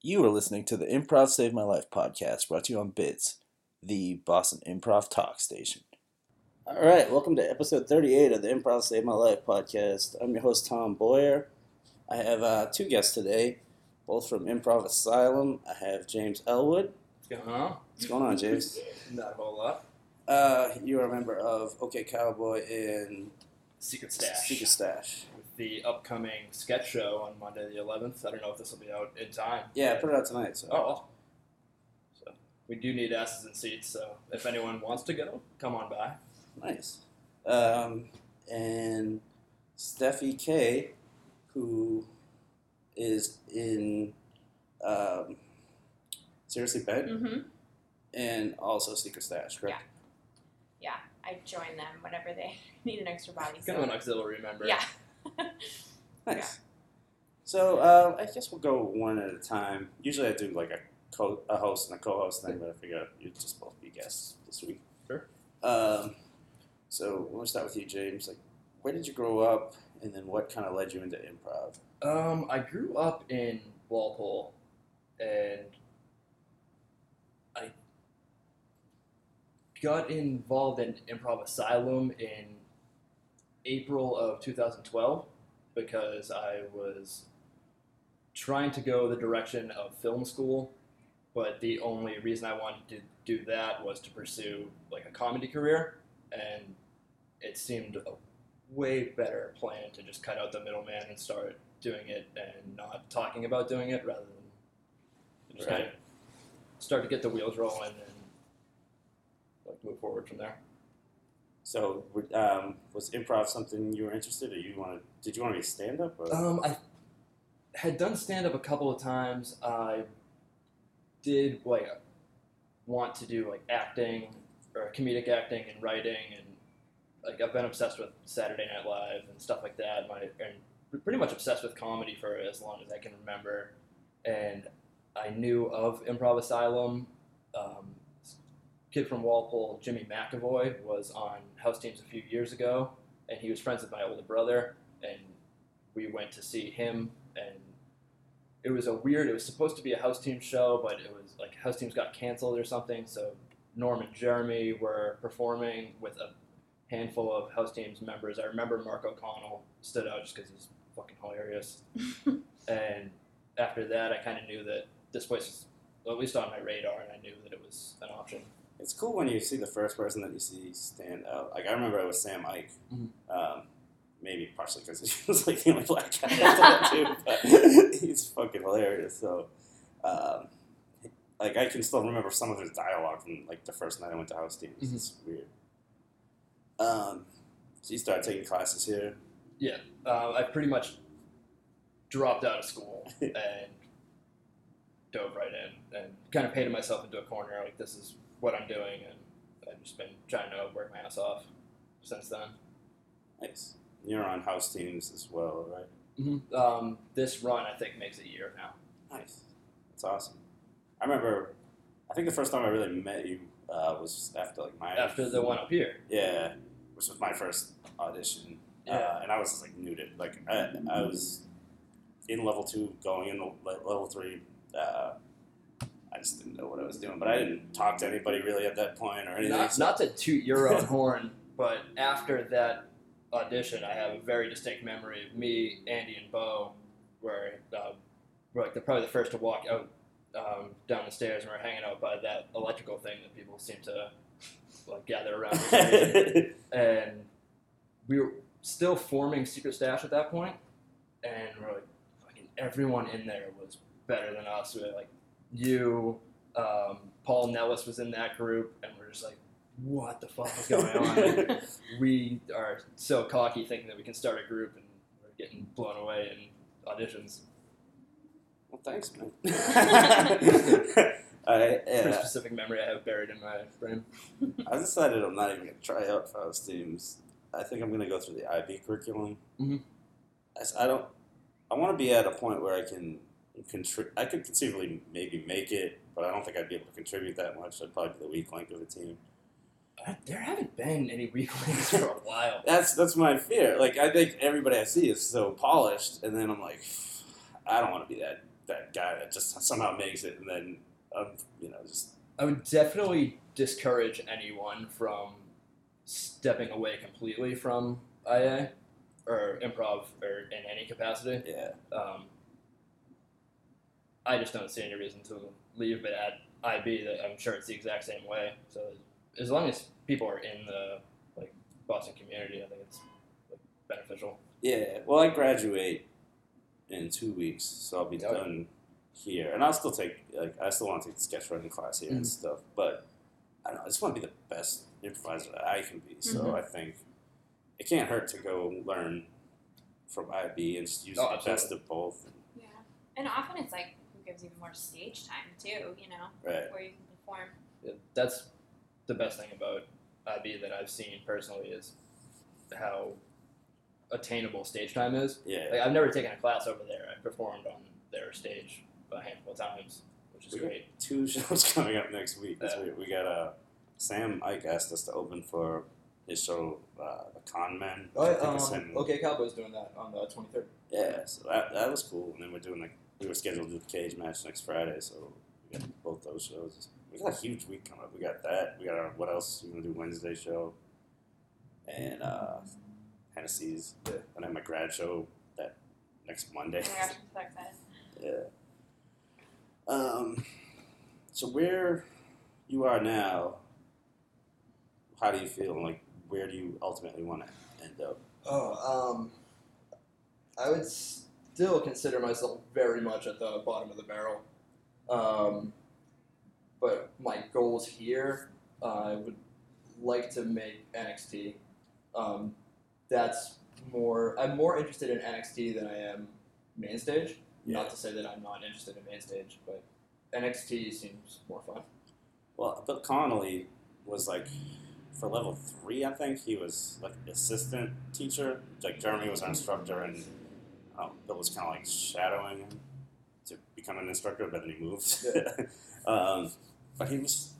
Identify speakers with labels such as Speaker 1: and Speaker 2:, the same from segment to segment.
Speaker 1: You are listening to the Improv Save My Life podcast brought to you on BIDS, the Boston Improv Talk Station. All right, welcome to episode 38 of the Improv Save My Life podcast. I'm your host, Tom Boyer. I have uh, two guests today, both from Improv Asylum. I have James Elwood.
Speaker 2: Huh?
Speaker 1: What's going on, James?
Speaker 2: Not a whole lot.
Speaker 1: Uh, you are a member of OK Cowboy and
Speaker 2: Secret Stash.
Speaker 1: Secret Stash.
Speaker 2: With the upcoming sketch show on Monday the 11th. I don't know if this will be out in time.
Speaker 1: Yeah, I put it out tonight. So.
Speaker 2: Oh, well. So, we do need asses and seats, so if anyone wants to go, come on by.
Speaker 1: Nice. Um, and Steffi K, who is in um, Seriously Bent
Speaker 3: hmm
Speaker 1: and also Secret Stash, correct?
Speaker 3: Yeah, I join them whenever they need an extra body.
Speaker 2: Kind of an
Speaker 3: so-
Speaker 2: auxiliary member.
Speaker 3: yeah.
Speaker 1: Nice. So uh, I guess we'll go one at a time. Usually I do like a, co- a host and a co-host thing, but I figure you'd just both be guests this week.
Speaker 2: Sure.
Speaker 1: Um, so we'll start with you, James. Like, where did you grow up, and then what kind of led you into improv?
Speaker 2: Um, I grew up in Walpole, and I got involved in Improv Asylum in April of 2012 because I was trying to go the direction of film school, but the only reason I wanted to do that was to pursue like a comedy career, and it seemed a way better plan to just cut out the middleman and start doing it and not talking about doing it rather than just kind of start to get the wheels rolling and like move forward from there.
Speaker 1: So, would- um, was improv something you were interested, or you wanted? Did you want to be stand up? Or
Speaker 2: Um, I had done stand up a couple of times. I did like want to do like acting or comedic acting and writing and like I've been obsessed with Saturday Night Live and stuff like that. My and pretty much obsessed with comedy for as long as I can remember. And I knew of Improv Asylum. Um, kid from Walpole, Jimmy McAvoy, was on House Teams a few years ago, and he was friends with my older brother. And we went to see him and it was a weird it was supposed to be a house team show but it was like house teams got canceled or something so norm and jeremy were performing with a handful of house teams members i remember mark o'connell stood out just because he's fucking hilarious and after that i kind of knew that this place was well, at least on my radar and i knew that it was an option
Speaker 1: it's cool when you see the first person that you see stand out. Like I remember it was Sam Ike.
Speaker 2: Mhm.
Speaker 1: Um, maybe partially because he was like the only black guy I saw too, but he's fucking hilarious. So, um, like I can still remember some of his dialogue from like the first night I went to house teams.
Speaker 2: Mhm.
Speaker 1: It's weird. Um, so you started taking classes here.
Speaker 2: uh, I pretty much dropped out of school and dove right in and kind of painted myself into a corner. Like, this is what I'm doing, and I've just been trying to work my ass off since then.
Speaker 1: Nice. You're on house teams as well, right?
Speaker 2: Um, this run, I think, makes a year now.
Speaker 1: Nice. That's awesome. I remember, I think the first time I really met you uh, was after like my
Speaker 2: After the one up here.
Speaker 1: yeah, which was my first audition. Uh,
Speaker 2: Yeah.
Speaker 1: and I was just like new to like I, I was in level two going into le- level three. Uh, I just didn't know what I was doing, but I didn't talk to anybody really at that point or anything.
Speaker 2: Not,
Speaker 1: so-
Speaker 2: not to toot your own horn, but after that audition, I have a very distinct memory of me, Andy, and Bo, where uh, we're like the, probably the first to walk out um, down the stairs, and we're hanging out by that electrical thing that people seem to like gather around, and we were still forming secret stash at that point, and we're like, fucking everyone in there was better than us. We had like you, um, Paul Nellis was in that group, and we're just like, what the fuck is going on? we are so cocky thinking that we can start a group and we're getting blown away in auditions.
Speaker 1: well, thanks, man. I,
Speaker 2: Pretty
Speaker 1: yeah,
Speaker 2: specific memory I have buried in my brain.
Speaker 1: I decided I'm not even gonna try out for house teams. I think I'm gonna go through the IB curriculum.
Speaker 2: Mhm.
Speaker 1: I s- I, don't. I want to be at a point where I can contribute. I could conceivably maybe make it, but I don't think I'd be able to contribute that much. I'd probably be the weak link of the team.
Speaker 2: Uh, There haven't been any weak links for a while.
Speaker 1: That's that's my fear. Like I think everybody I see is so polished, and then I'm like, I don't want to be that that guy that just somehow makes it, and then um, you know, just
Speaker 2: I would definitely discourage anyone from stepping away completely from IA or improv or in any capacity.
Speaker 1: yeah,
Speaker 2: Um, I just don't see any reason to leave it at IB. That I'm sure it's the exact same way. So as long as people are in the like Boston community, I think it's like, beneficial.
Speaker 1: yeah. Well, I graduate in two weeks, so I'll be
Speaker 2: Okay.
Speaker 1: done here, and I'll still take like I still want to take the sketch writing class
Speaker 2: Mm.
Speaker 1: here and stuff, but I don't know. I just want to be the best improviser that I can be. So
Speaker 2: Mm-hmm.
Speaker 3: Mhm.
Speaker 1: I think it can't hurt to go learn from IB and just use
Speaker 2: Oh,
Speaker 1: the best
Speaker 2: absolutely.
Speaker 1: of both.
Speaker 3: Yeah. And often it's like who gives even more stage time too, you know,
Speaker 1: Right.
Speaker 3: where you can perform.
Speaker 2: Yeah, That's the best thing about IB that I've seen personally is how attainable stage time is.
Speaker 1: Yeah.
Speaker 2: Like, I've never taken a class over there. I performed on their stage a handful of times, which is
Speaker 1: We-
Speaker 2: great.
Speaker 1: two shows coming up next week. It's
Speaker 2: Yeah.
Speaker 1: weird. We got uh, Sam Ike asked us to open for his show, uh, The Con Men. which I think is in-
Speaker 2: Oh, um, Cowboys doing that on the twenty third.
Speaker 1: Yeah, so that, that was cool. And then we're doing like we were scheduled to do the cage match next Friday, so we got both those shows. We got a huge week coming up. We got that. We got our what else? You gonna do Wednesday show, and uh, Hennessy's.
Speaker 2: Yeah.
Speaker 1: And then my grad show that next Monday.
Speaker 3: Oh my gosh, I'm so excited.
Speaker 1: Um, so where you are now, how do you feel? And, Like, where do you ultimately want to end up?
Speaker 2: Oh, um, I would still consider myself very much at the bottom of the barrel, um, but my goals here, I would like to make NXT. Um, that's more. I'm more interested in NXT than I am main stage. Not to say that I'm not interested in main stage, but NXT seems more fun.
Speaker 1: Well, Bill Connolly was like, for level three, I think he was like assistant teacher. Like Jeremy was our instructor, and um, Bill was kind of like shadowing him to become an instructor, but then he moved. um, but he was,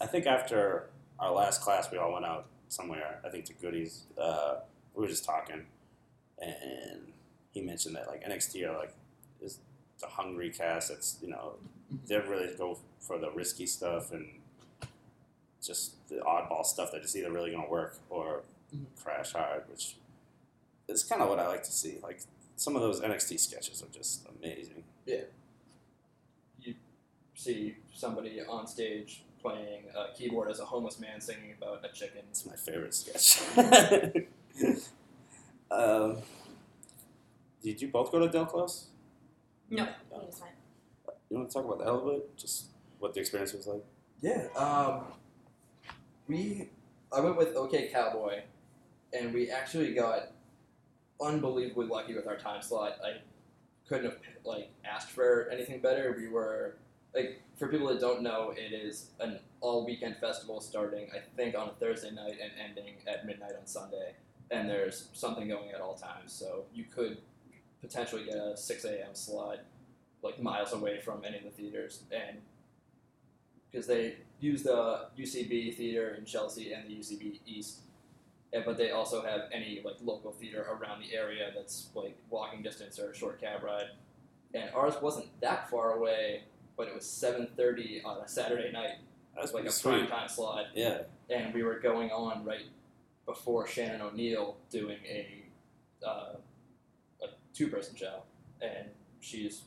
Speaker 1: I think after our last class, we all went out somewhere. I think to Goodies. Uh, we were just talking, and he mentioned that like NXT are like is the hungry cast. It's you know they really go for the risky stuff and just the oddball stuff that is either really going to work or
Speaker 2: Mhm.
Speaker 1: crash hard, which is kind of what I like to see. Like some of those NXT sketches are just amazing.
Speaker 2: See somebody on stage playing a keyboard as a homeless man singing about a chicken.
Speaker 1: It's my favorite sketch. um, did you both go to Del Close?
Speaker 3: No,
Speaker 1: Yeah.
Speaker 3: I'm just fine.
Speaker 1: You want to talk about that a little bit? Just what the experience was like?
Speaker 2: Yeah. Um, we I went with OK Cowboy, and we actually got unbelievably lucky with our time slot. I couldn't have like asked for anything better. We were like for people that don't know, it is an all weekend festival starting I think on a Thursday night and ending at midnight on Sunday. And there's something going at all times, so you could potentially get a 6 a.m. slot, like miles away from any of the theaters, and because they use the UCB theater in Chelsea and the UCB East, and, but they also have any like local theater around the area that's like walking distance or a short cab ride. And ours wasn't that far away, but it was 7:30 on a Saturday night,
Speaker 1: That's
Speaker 2: like a
Speaker 1: pretty sweet.
Speaker 2: prime time slot,
Speaker 1: Yeah,
Speaker 2: and we were going on right before Shannon O'Neill doing a uh, a two person show, and she's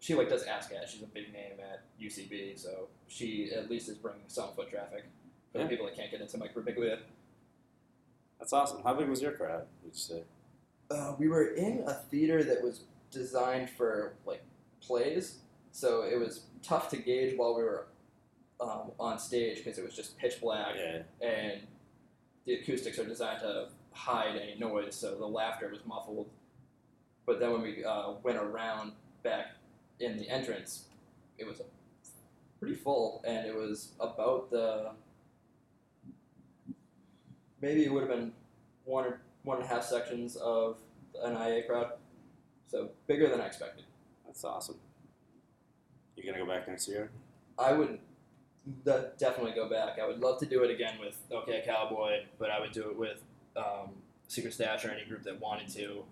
Speaker 2: she like does ASCAT. She's a big name at UCB, so she at least is bringing some foot traffic for
Speaker 1: Yeah.
Speaker 2: the people that can't get into microbiglia.
Speaker 1: that's awesome. How big was your crowd? Would you say?
Speaker 2: uh, we were in a theater that was designed for like plays, so it was tough to gauge while we were um, on stage because it was just pitch black.
Speaker 1: Yeah,
Speaker 2: and the acoustics are designed to hide any noise, so the laughter was muffled. But then when we uh, went around back in the entrance, it was pretty full, and it was about the maybe it would have been one or one and a half sections of an IA crowd, so bigger than I expected.
Speaker 1: that's awesome. You gonna go back next year?
Speaker 2: I would de- definitely go back. I would love to do it again with OK Cowboy, but I would do it with um, Secret Stash or any group that wanted to.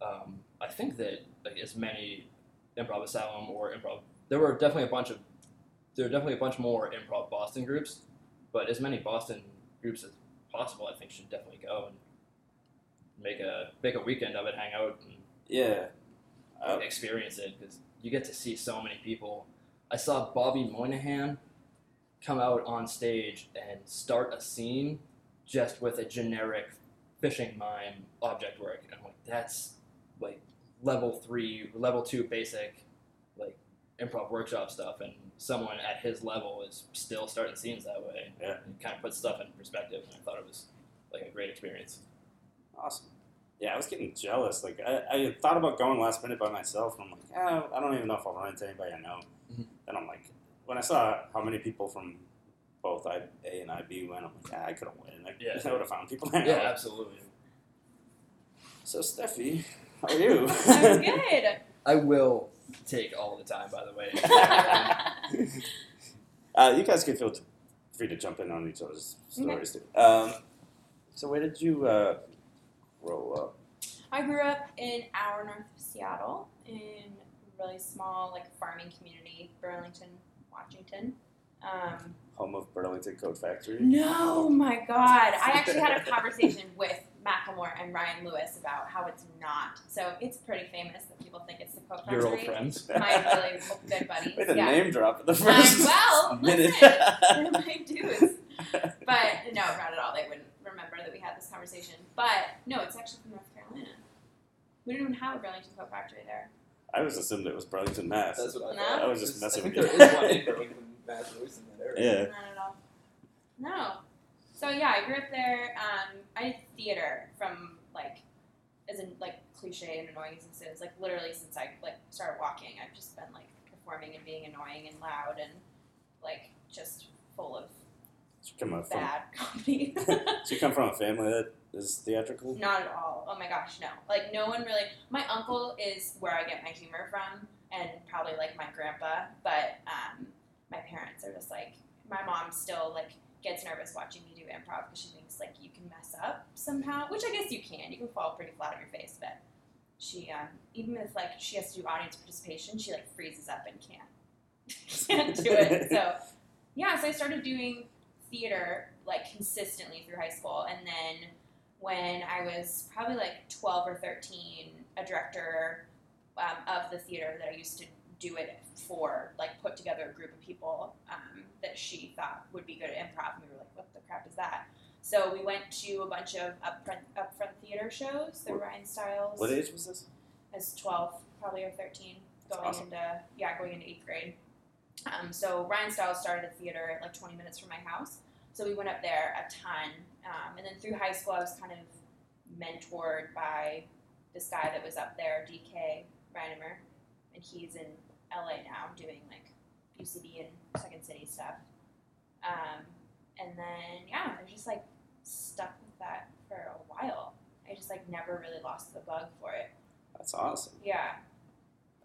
Speaker 2: Um, I think that like as many Improv Asylum or Improv. There were definitely a bunch of there are definitely a bunch more improv Boston groups, but as many Boston groups as possible, I think, should definitely go and make a make a weekend of it, hang out and
Speaker 4: Yeah. Uh,
Speaker 2: and experience it because you get to see so many people. I saw Bobby Moynihan come out on stage and start a scene just with a generic fishing mime object work, and I'm like, that's like level three, level two basic, like improv workshop stuff, and someone at his level is still starting scenes that way.
Speaker 4: Yeah.
Speaker 2: It kind of puts stuff in perspective, and I thought it was like a great experience.
Speaker 1: Awesome. Yeah, I was getting jealous. Like I, I had thought about going last minute by myself, and I'm like, eh, I don't even know if I'll run into anybody I know.
Speaker 2: Mhm.
Speaker 1: Then I'm like, when I saw how many people from both I, A and IB went, I'm like, ah, I could have went. I,
Speaker 2: Yeah.
Speaker 1: I would have found people. I know.
Speaker 2: Yeah, absolutely.
Speaker 4: So, Steffi,
Speaker 1: How are you?
Speaker 3: I'm good.
Speaker 2: I will take all the time, by the way.
Speaker 1: uh, you guys can feel free to jump in on each other's
Speaker 3: Okay.
Speaker 1: stories too. Um, so where did you uh, grow up?
Speaker 3: I grew up in our north of Seattle in a really small like farming community, Burlington, Washington. Um,
Speaker 1: Home of Burlington Coat Factory.
Speaker 3: no, my God! I actually had a conversation with Macklemore and Ryan Lewis about how it's not. So it's pretty famous that people think it's the Coke Factory.
Speaker 2: Your old friends.
Speaker 3: My really good buddies.
Speaker 1: With a
Speaker 3: yeah.
Speaker 1: name drop at the first
Speaker 3: Um, well,
Speaker 1: minute.
Speaker 3: listen, they're my dudes. But no, not at all. They wouldn't remember that we had this conversation. But no, it's actually from North Carolina. We didn't even have a Burlington Coat Factory there.
Speaker 1: I was assumed it was Burlington, Mass.
Speaker 5: That's what I
Speaker 3: No?
Speaker 5: thought.
Speaker 1: I was just messing
Speaker 5: I think
Speaker 1: with you.
Speaker 5: there is one in Burlington, Massachusetts in that area.
Speaker 1: yeah.
Speaker 3: Not at all. No. So yeah, I grew up there. Um, I did theater from like, as in like cliche and annoying as it is, like literally since I like started walking, I've just been like performing and being annoying and loud and like just full of
Speaker 1: Did you, come up from,
Speaker 3: bad comedy.
Speaker 1: did you come from a family that is theatrical?
Speaker 3: Not at all. Oh my gosh, no. Like no one really. My uncle is where I get my humor from, and probably like my grandpa. But um, my parents are just like my mom still like gets nervous watching me do improv because she thinks like you can mess up somehow, which I guess you can. You can fall pretty flat on your face, but she um, even if like she has to do audience participation, she like freezes up and can't can't do it. So yeah, so I started doing theater like consistently through high school, and then when I was probably like 12 or 13, a director um, of the theater that I used to do it for, like, put together a group of people um, that she thought would be good at improv. And we were like, what the crap is that? So we went to a bunch of upfront, upfront theater shows, the
Speaker 1: What-
Speaker 3: Ryan Stiles
Speaker 1: What age was this?
Speaker 3: as 12, probably or 13, going
Speaker 1: awesome.
Speaker 3: into yeah, going into eighth grade. Um, so Ryan Stiles started a theater like 20 minutes from my house, so we went up there a ton. Um, and then through high school, I was kind of mentored by this guy that was up there, DK Reinemer, and he's in LA now doing like UCB and Second City stuff. Um, and then yeah, I just like stuck with that for a while. I just like never really lost the bug for it.
Speaker 1: That's awesome.
Speaker 3: Yeah.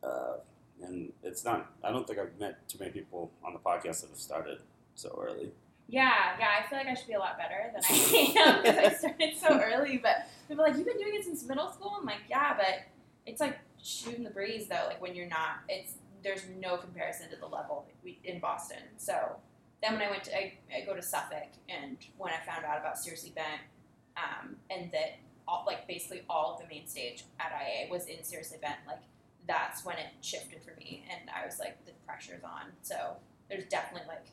Speaker 1: Uh, and it's not, I don't think I've met too many people on the podcast that have started so early.
Speaker 3: Yeah, yeah, I feel like I should be a lot better than I am because I started so early. But people are like, you've been doing it since middle school? I'm like, yeah, but it's like shooting the breeze though. Like when you're not, it's there's no comparison to the level we, in Boston. So then when I went to, I, I go to Suffolk, and when I found out about Seriously Bent, um, and that all, like basically all of the main stage at IA was in Seriously Bent, like that's when it shifted for me, and I was like, the pressure's on. So there's definitely like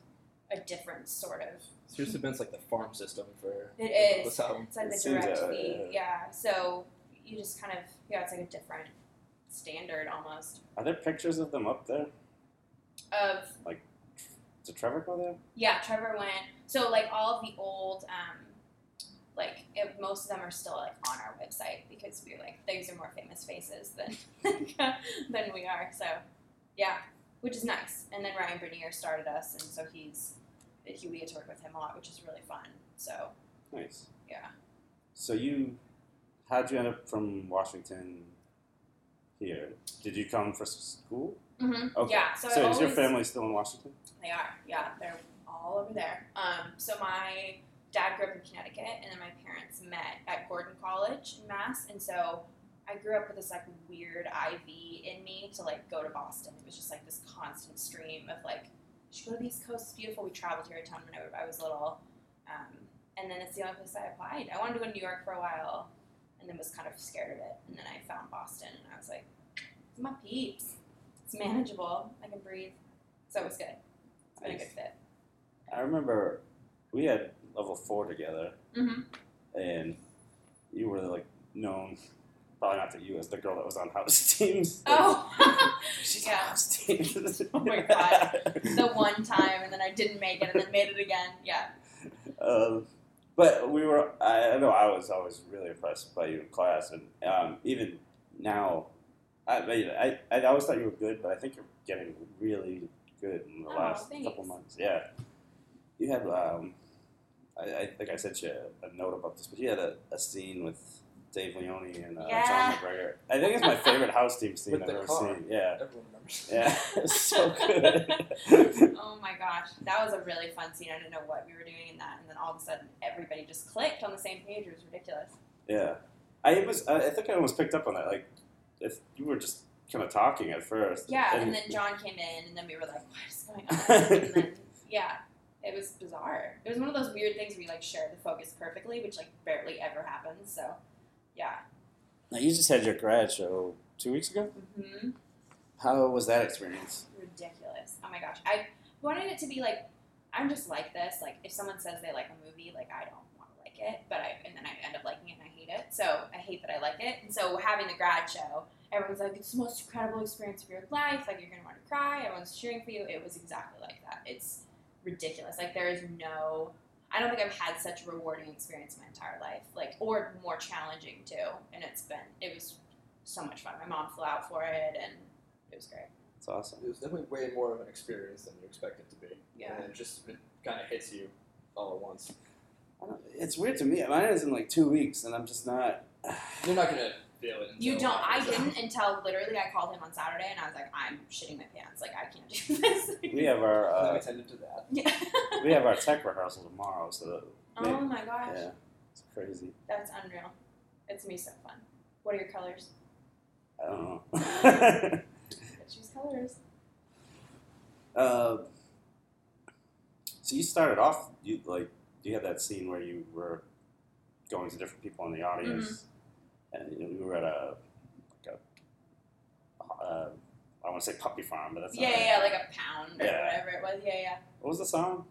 Speaker 3: a different sort of
Speaker 2: Seriously, Ben's like the farm system for
Speaker 3: It is.
Speaker 2: this album.
Speaker 3: It's like
Speaker 1: It
Speaker 3: the
Speaker 1: seems
Speaker 3: direct
Speaker 1: that way,
Speaker 3: feed, yeah. So you just kind of yeah, it's like a different standard almost
Speaker 1: Are there pictures of them up there?
Speaker 3: of
Speaker 1: Did Trevor go there?
Speaker 3: yeah. Trevor went so like all of the old um, like it, most of them are still like on our website because we were like these are more famous faces than than we are. So yeah, which is nice. And then Ryan Bernier started us, and so he's he we get to work with him a lot, which is really fun. So
Speaker 1: Nice.
Speaker 3: yeah.
Speaker 1: So you, how'd you end up from Washington here? Did you come for s- school?
Speaker 3: hmm
Speaker 1: Okay.
Speaker 3: Yeah. So, I
Speaker 1: is your
Speaker 3: always-
Speaker 1: family still in Washington?
Speaker 3: They are, yeah. They're all over there. Um, so my dad grew up in Connecticut, and then my parents met at Gordon College in Mass, and so I grew up with this like weird IV in me to like go to Boston. It was just like this constant stream of like, you should go to the East Coast. It's beautiful. We traveled here a ton when I I was little, um, and then it's the only place I applied. I wanted to go to New York for a while, and then was kind of scared of it. And then I found Boston, and I was like, it's my peeps. It's manageable. I can breathe. So it was good. It's been a good fit.
Speaker 1: I remember we had level four together,
Speaker 3: Mm-hmm.
Speaker 1: and you were like known, probably not to you, as the girl that was on house teams. Like,
Speaker 3: Oh,
Speaker 1: she's
Speaker 3: Yeah.
Speaker 1: on house teams.
Speaker 3: Oh my God. the one time, and then I didn't make it, and then made it again. Yeah.
Speaker 1: Um, but we were, I, I know I was always really impressed by you in class, and um, even now, I, I mean, I, I always thought you were good, but I think you're getting really good in the
Speaker 3: Oh,
Speaker 1: last
Speaker 3: thanks.
Speaker 1: couple months. Yeah. You had, um, I, I think I sent you a, a note about this, but you had a, a scene with Dave Leone and uh,
Speaker 3: Yeah.
Speaker 1: John McGregor. I think it's my favorite house team scene
Speaker 5: With
Speaker 1: I've
Speaker 5: the
Speaker 1: ever
Speaker 5: car.
Speaker 1: seen. Yeah.
Speaker 5: Everyone remembers.
Speaker 1: Yeah. It's so good.
Speaker 3: Oh my gosh, that was a really fun scene. I didn't know what we were doing in that, and then all of a sudden, everybody just clicked on the same page. It was ridiculous.
Speaker 1: Yeah, I was. I I think I almost picked up on that. Like, if you were just kind of talking at first.
Speaker 3: Yeah, and then John came in, and then we were like, "What is going on?" and then, yeah, it was bizarre. It was one of those weird things where you like share the focus perfectly, which like barely ever happens. So, yeah.
Speaker 1: Now, you just had your grad show two weeks ago.
Speaker 3: hmm
Speaker 1: How was that experience?
Speaker 3: ridiculous. Oh my gosh. I wanted it to be like I'm just like this. Like if someone says they like a movie, like I don't want to like it, but I and then I end up liking it and I hate it. So I hate that I like it. And so having the grad show, everyone's like, It's the most incredible experience of your life, like you're gonna want to cry, everyone's cheering for you. It was exactly like that. It's ridiculous. Like there is no I don't think I've had such a rewarding experience in my entire life. Like or more challenging too. And it's been it was so much fun. My mom flew out for it and it was great.
Speaker 1: It's awesome.
Speaker 5: It was definitely way more of an experience than you expect it to be.
Speaker 3: Yeah.
Speaker 5: And it just it kind of hits you all at once.
Speaker 1: I don't, it's weird to me. Mine is in like two weeks, and I'm just not.
Speaker 5: You're not gonna feel it.
Speaker 3: You
Speaker 5: until
Speaker 3: don't. I
Speaker 5: after.
Speaker 3: didn't until literally I called him on Saturday and I was like, I'm shitting my pants. Like I can't do this.
Speaker 1: We have our
Speaker 5: I
Speaker 1: uh,
Speaker 5: attended to that.
Speaker 3: yeah.
Speaker 1: we have our tech rehearsal tomorrow, so
Speaker 3: Oh my gosh,
Speaker 1: yeah, it's crazy.
Speaker 3: that's unreal. It's gonna be so fun. What are your colors?
Speaker 1: I don't know.
Speaker 3: Let's choose colors.
Speaker 1: uh, so you started off. You like you had that scene where you were going to different people in the audience,
Speaker 3: Mm-hmm.
Speaker 1: and you, know, you were at a like a uh, I want to say puppy farm, but that's
Speaker 3: Yeah,
Speaker 1: not right.
Speaker 3: yeah, yeah, like a pound or
Speaker 1: Yeah.
Speaker 3: whatever it was. Yeah, yeah.
Speaker 1: What was the song?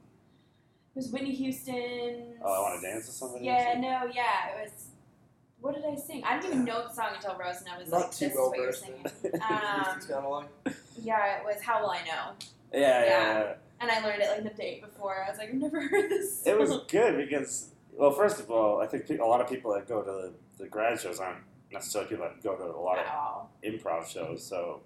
Speaker 3: It was Whitney Houston.
Speaker 1: Oh, I Wanna Dance with Somebody or
Speaker 3: Yeah,
Speaker 1: something?
Speaker 3: no, yeah, it was. What did I sing? I didn't even know the song until Rose and I was
Speaker 5: Not
Speaker 3: like,
Speaker 5: too
Speaker 3: "This
Speaker 5: well
Speaker 3: is what you're
Speaker 5: versed in
Speaker 3: singing."
Speaker 5: Houston's
Speaker 3: Um,
Speaker 5: catalog.
Speaker 3: yeah, it was "How Will I Know,"
Speaker 1: yeah, yeah,
Speaker 3: Yeah.
Speaker 1: yeah.
Speaker 3: and I learned it like the day before. I was like, "I've never heard this."
Speaker 1: It was
Speaker 3: song."
Speaker 1: good because well, first of all, I think pe- a lot of people that go to the, the grad shows aren't necessarily people that go to a lot of
Speaker 3: wow.
Speaker 1: improv shows, so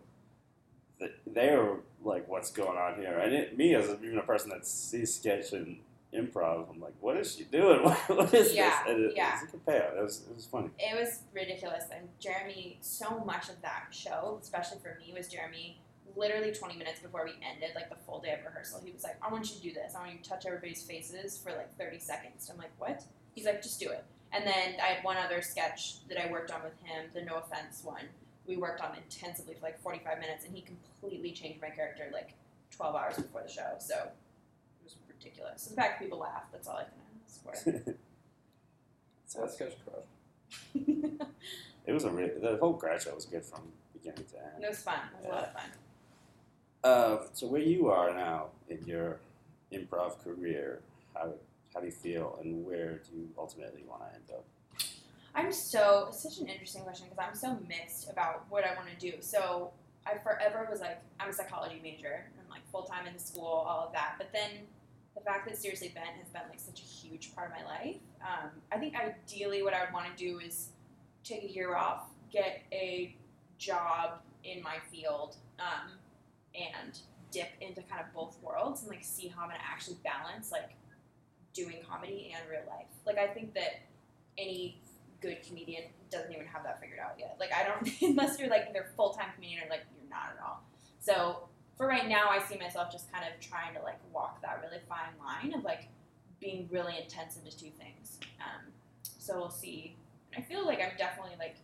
Speaker 1: th- they're like, "What's going on here?" And it, me, as even a person that sees sketch and improv, I'm like, "What is she doing? What, what is
Speaker 3: Yeah,
Speaker 1: this?" And it,
Speaker 3: yeah.
Speaker 1: It's like a payout. It was, it was funny.
Speaker 3: it was ridiculous. And Jeremy, so much of that show, especially for me, was Jeremy literally 20 minutes before we ended, like the full day of rehearsal. He was like, I want you to do this. I want you to touch everybody's faces for like 30 seconds. I'm like, what? He's like, just do it. And then I had one other sketch that I worked on with him, the no offense one. We worked on intensively for like 45 minutes, and he completely changed my character like 12 hours before the show. So it was ridiculous. In fact, people laugh. That's all I can ask for.
Speaker 5: So that's kind of crushed.
Speaker 1: It was a really the whole grad show was good from beginning to end.
Speaker 3: It was fun. It was a lot of fun.
Speaker 1: Uh, so where you are now in your improv career, how how do you feel, and where do you ultimately want to end up?
Speaker 3: I'm so it's such an interesting question because I'm so mixed about what I want to do. So I forever was like I'm a psychology major. I'm like full time in the school, all of that. But then the fact that seriously bent has been like such a huge part of my life. Um, I think ideally what I would want to do is take a year off, get a job in my field, um, and dip into kind of both worlds and like see how I'm gonna actually balance like doing comedy and real life. Like I think that any good comedian doesn't even have that figured out yet. Like I don't unless you're like either full time comedian or like you're not at all. So for right now I see myself just kind of trying to like walk that really fine line of like being really intense into two things. Um, so we'll see. I feel like I'm definitely like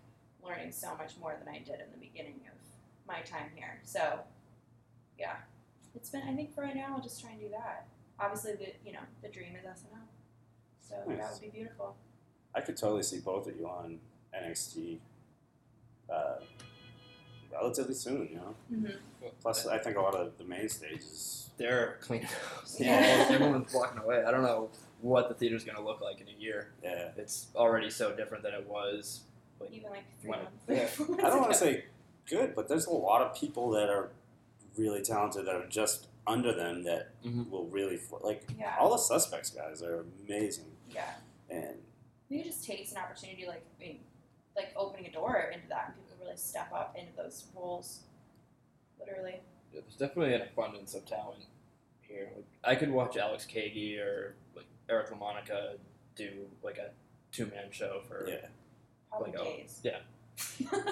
Speaker 3: learning so much more than I did in the beginning of my time here. So, yeah, it's been. I think for right now, I'll just try and do that. Obviously, the you know the dream is SNL, so that
Speaker 1: Nice.
Speaker 3: would be beautiful.
Speaker 1: I could totally see both of you on NXT uh, relatively soon, you know. Plus, I think a lot of the main stages.
Speaker 2: They're clean house.
Speaker 3: Yeah.
Speaker 2: Almost Everyone's walking away. I don't know what the theater's going to look like in a year.
Speaker 1: Yeah,
Speaker 2: It's already so different than it was.
Speaker 3: Even like three
Speaker 2: Wow.
Speaker 3: months.
Speaker 2: Yeah.
Speaker 3: four months
Speaker 1: I don't want
Speaker 3: ago.
Speaker 1: to say good, but there's a lot of people that are really talented that are just under them that
Speaker 2: Mhm.
Speaker 1: will really fl- like
Speaker 3: Yeah,
Speaker 1: all the suspects guys are amazing
Speaker 3: yeah.
Speaker 1: and
Speaker 3: Maybe it just takes an opportunity, like I mean, like opening a door into that, and people really step up into those roles. Literally,
Speaker 2: Yeah, there's definitely an abundance of talent here. Like, I could watch Alex Kagi or like Eric LaMonica do like a two man show for
Speaker 1: yeah
Speaker 3: probably
Speaker 2: Like, oh,
Speaker 3: days.
Speaker 2: yeah.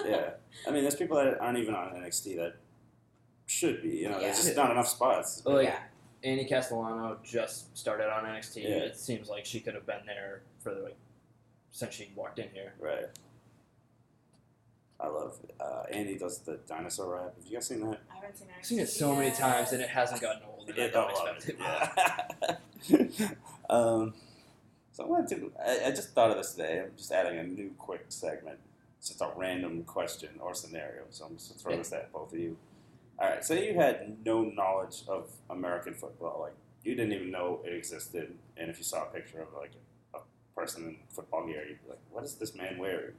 Speaker 1: yeah i mean there's people that aren't even on nxt that should be you know there's
Speaker 3: Yeah.
Speaker 1: just not enough spots
Speaker 2: Like,
Speaker 3: yeah.
Speaker 2: Annie Castellano just started on NXT.
Speaker 1: Yeah.
Speaker 2: It seems like she could have been there for like since she walked in here.
Speaker 1: right i love uh, andy does the dinosaur rap have you guys seen that
Speaker 3: I haven't seen it.
Speaker 2: I've seen it so many times and it hasn't gotten old. and I
Speaker 1: Yeah,
Speaker 2: don't
Speaker 1: I love
Speaker 2: expect it.
Speaker 1: it. Yeah. um, so I wanted to. I, I just thought of this today. I'm just adding a new quick segment. It's just a random question or scenario. So I'm just gonna throw this at both of you. All right. Say you had no knowledge of American football. Like you didn't even know it existed. And if you saw a picture of like a person in football gear, you'd be like, "What is this man wearing?"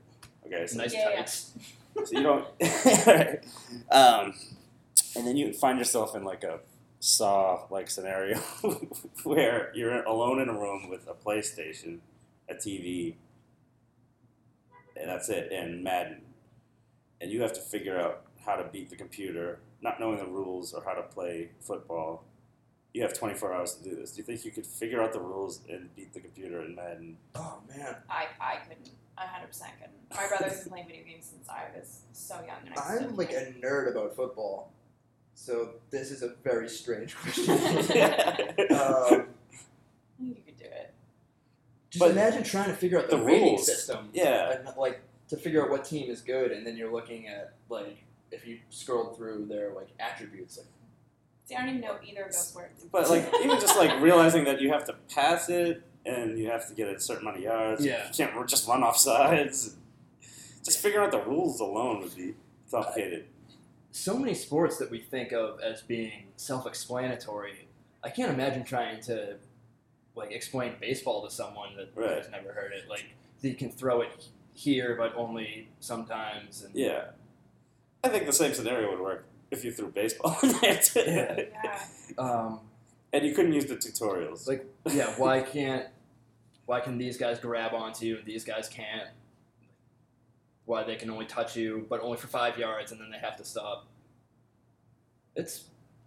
Speaker 1: Okay. So
Speaker 2: Nice
Speaker 3: Yeah, yeah.
Speaker 2: tights.
Speaker 1: so you don't. Alright. um, and then you find yourself in like a saw like scenario where you're alone in a room with a PlayStation, a TV, and that's it, and Madden, and you have to figure out how to beat the computer, not knowing the rules or how to play football. You have 24 hours to do this. Do you think you could figure out the rules and beat the computer in Madden?
Speaker 2: Oh man,
Speaker 3: I, I couldn't. I hundred percent couldn't. My brother's been playing video games since I was so young, and I still
Speaker 5: I'm like
Speaker 3: can't.
Speaker 5: a nerd about football, so this is a very strange question. um,
Speaker 3: I think you could do it.
Speaker 5: just
Speaker 1: But
Speaker 5: imagine trying to figure out the,
Speaker 1: the
Speaker 5: rating
Speaker 1: rules.
Speaker 5: system.
Speaker 1: Yeah.
Speaker 5: and, like to figure out what team is good, and then you're looking at like if you scrolled through their like attributes, like
Speaker 3: See, I don't even know either of those words.
Speaker 1: But like even just like realizing that you have to pass it and you have to get a certain amount of yards.
Speaker 2: Yeah.
Speaker 1: You can't r- just run off sides. Just figuring out the rules alone would be complicated.
Speaker 2: so many sports that we think of as being self-explanatory. I can't imagine trying to like explain baseball to someone that
Speaker 1: Right.
Speaker 2: has never heard it. Like you can throw it here, but only sometimes. And
Speaker 1: yeah. I think the same scenario would work if you threw baseball in there too.
Speaker 2: Yeah.
Speaker 3: yeah,
Speaker 2: um,
Speaker 1: And you couldn't use the tutorials.
Speaker 2: Like- yeah, why can't why can these guys grab onto you and these guys can't? Why they can only touch you, but only for five yards, and then they have to stop. It's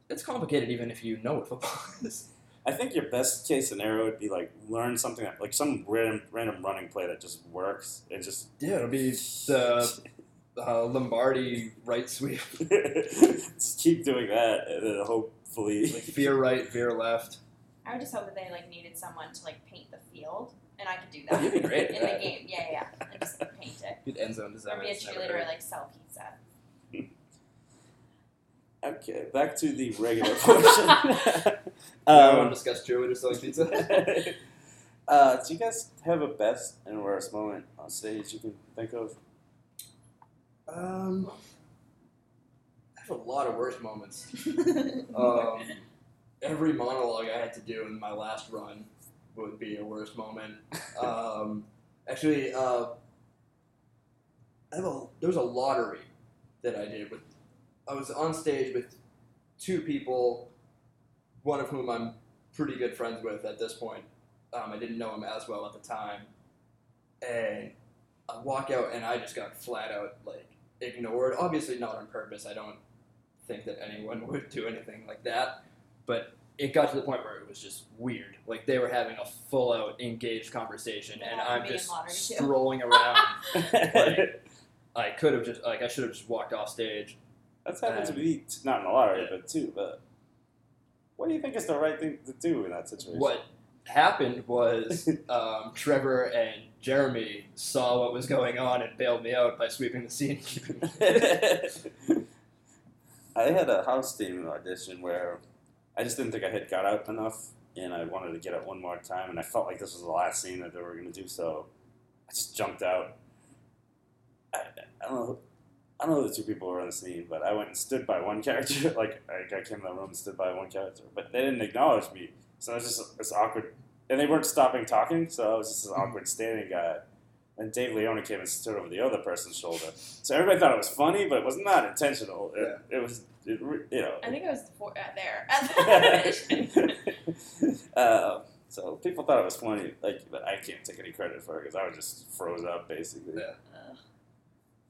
Speaker 2: it's complicated, even if you know what football is.
Speaker 1: I think your best case scenario would be like learn something that, like some random random running play that just works and just
Speaker 2: Yeah, it'll be the uh, Lombardi right sweep,
Speaker 1: just keep doing that and then hopefully
Speaker 2: like veer right, veer left.
Speaker 3: I would just hope that they like needed someone to like paint the field, and I could do
Speaker 1: You'd be
Speaker 3: that
Speaker 1: great at
Speaker 3: in the
Speaker 1: that.
Speaker 3: game. Yeah, yeah, yeah. and just paint it.
Speaker 2: Good end zone design.
Speaker 3: Or be a
Speaker 2: it's never
Speaker 3: cheerleader, or
Speaker 2: hurt.
Speaker 3: like sell pizza.
Speaker 1: Okay, back to the regular portion.
Speaker 5: I want
Speaker 1: um,
Speaker 5: to discuss Joey to selling pizza.
Speaker 1: uh, do you guys have a best and worst moment on stage you can think of?
Speaker 5: um, I have a lot of worst moments. Um,
Speaker 3: um,
Speaker 5: every monologue I had to do in my last run would be a worst moment. Um, actually, uh, I have a, there was a lottery that I did with. I was on stage with two people, one of whom I'm pretty good friends with at this point. Um, I didn't know him as well at the time, and I walk out and I just got flat out like ignored. Obviously, not on purpose. I don't think that anyone would do anything like that but it got to the point where it was just weird. Like they were having a full out engaged conversation, and
Speaker 3: Yeah,
Speaker 2: I'm
Speaker 3: me and
Speaker 2: just
Speaker 3: lottery too.
Speaker 2: strolling around.
Speaker 1: That's
Speaker 2: I could have just like I should have just walked off stage.
Speaker 1: happened to
Speaker 2: Um,
Speaker 1: me, t- not in a lottery,
Speaker 2: yeah.
Speaker 1: but too. But what do you think is the right thing to do in that situation?
Speaker 2: What happened was um, Trevor and Jeremy saw what was going on and bailed me out by sweeping the scene.
Speaker 1: I had a house team audition where I just didn't think I had got out enough, and I wanted to get out one more time, and I felt like this was the last scene that they were going to do, so I just jumped out. I, I don't know. I don't know who the two people were on the scene, but I went and stood by one character. Like I, I came in the room and stood by one character, but they didn't acknowledge me, so I was just this awkward. And they weren't stopping talking, so I was just this awkward standing guy. And Dave Leone came and stood over the other person's shoulder, so everybody thought it was funny, but it was not intentional. It, it was, it, re- you know.
Speaker 3: I think I was before, uh, there at the
Speaker 1: uh, so people thought it was funny, like, but I can't take any credit for it because I was just froze up basically.
Speaker 3: Ugh.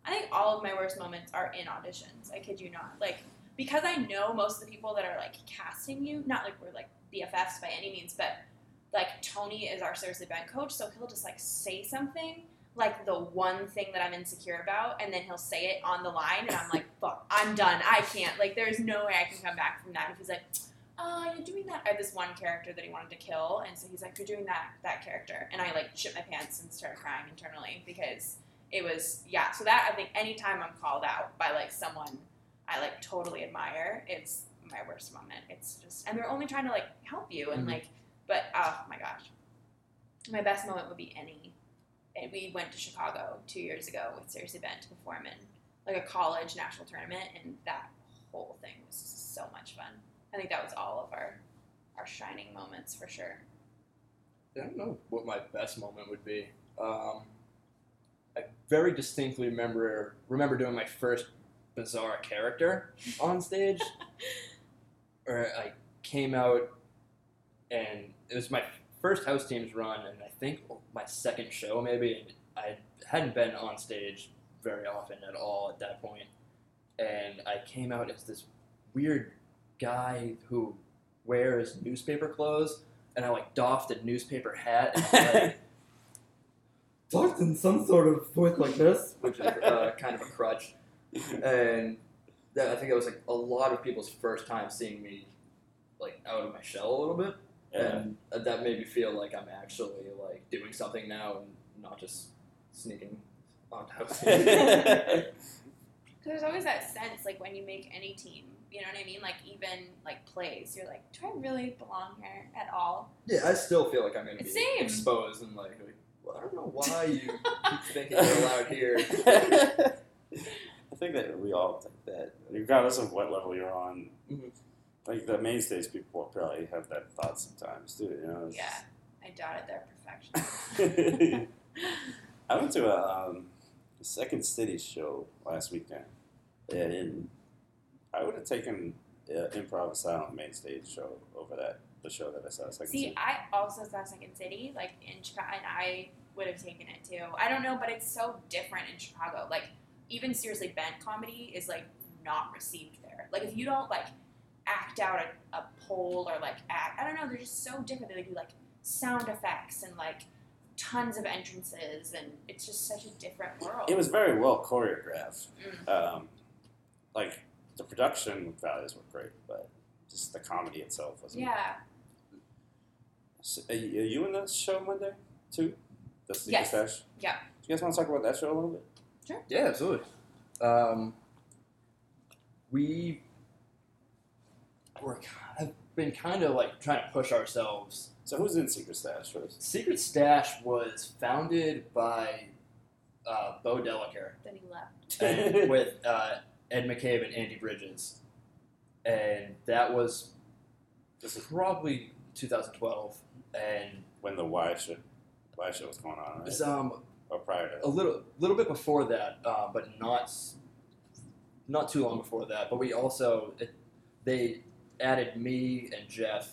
Speaker 3: I think all of my worst moments are in auditions. I kid you not. Like because I know most of the people that are like casting you, not like we're like BFFs by any means, but like Tony is our seriously bad coach, so he'll just like say something like the one thing that I'm insecure about, and then he'll say it on the line, and I'm like, fuck, I'm done. I can't. Like there's no way I can come back from that. And he's like. Uh, you're doing that. I had this one character that he wanted to kill, and so he's like, "You're doing that that character," and I like shit my pants and started crying internally because it was yeah so that i think anytime i'm called out by like someone i like totally admire it's my worst moment it's just and they're only trying to like help you and
Speaker 2: Mhm.
Speaker 3: like but oh my gosh my best moment would be any and we went to chicago two years ago with seriously bent to perform in like a college national tournament and that whole thing was just so much fun i think that was all of our our shining moments for sure
Speaker 2: I don't know what my best moment would be. Um, I very distinctly remember remember doing my first bizarre character on stage, or I came out and it was my first house teams run, and I think my second show maybe. And I hadn't been on stage very often at all at that point, and I came out as this weird guy who wears newspaper clothes, and I like doffed a newspaper hat and I, like
Speaker 5: talked in some sort of voice like this, which is uh, kind of a crutch. And that, I think that was like a lot of people's first time seeing me like out of my shell a little bit,
Speaker 1: Yeah.
Speaker 5: and uh, that made me feel like I'm actually like doing something now and not just sneaking on house.
Speaker 3: Because there's always that sense, like when you make any team, you know what I mean? Like even like plays, you're like, do I really belong here at all?
Speaker 5: yeah, I still feel like I'm gonna be
Speaker 3: Same.
Speaker 5: exposed and like, like, well, I don't know why you keep thinking you're allowed here.
Speaker 1: I think that we all think that, regardless of what level you're on.
Speaker 5: Mhm.
Speaker 1: Like the main stage people will probably have that thought sometimes too. You know. It's
Speaker 3: Yeah, I doubted their
Speaker 1: just-
Speaker 3: perfection.
Speaker 1: I went to a um, second city show last weekend, and I would have taken uh, improv asylum main stage show over that the show that I saw. at Second
Speaker 3: See,
Speaker 1: city.
Speaker 3: I also saw Second City, like in Chicago, and I would have taken it too. I don't know, but it's so different in Chicago. Like even seriously bent comedy is like not received there. Like if you don't like act out a, a poll or like act, I don't know. They're just so different. They like, do like sound effects and like tons of entrances, and it's just such a different world.
Speaker 1: It was very well choreographed.
Speaker 3: Mm.
Speaker 1: Um, like the production values were great, but just the comedy itself wasn't.
Speaker 3: yeah.
Speaker 1: So, are you are you in that show Monday too? The Secret
Speaker 3: Yes.
Speaker 1: Stash?
Speaker 3: Yeah.
Speaker 1: Do you guys want to talk about that show a little bit?
Speaker 2: Yeah, absolutely. Um, we were kind of been kind of like trying to push ourselves.
Speaker 1: So who's in Secret Stash first?
Speaker 2: Secret Stash was founded by uh, Bo Deliker
Speaker 3: Then he left.
Speaker 2: and with uh, Ed McCabe and Andy Bridges, and that was
Speaker 1: This is
Speaker 2: probably 2012. And
Speaker 1: when the Y show, y show was going on, right?
Speaker 2: it's, um,
Speaker 1: or prior to
Speaker 2: a little little bit before that, uh, but not s- not too long before that. But we also it, they added me and Jeff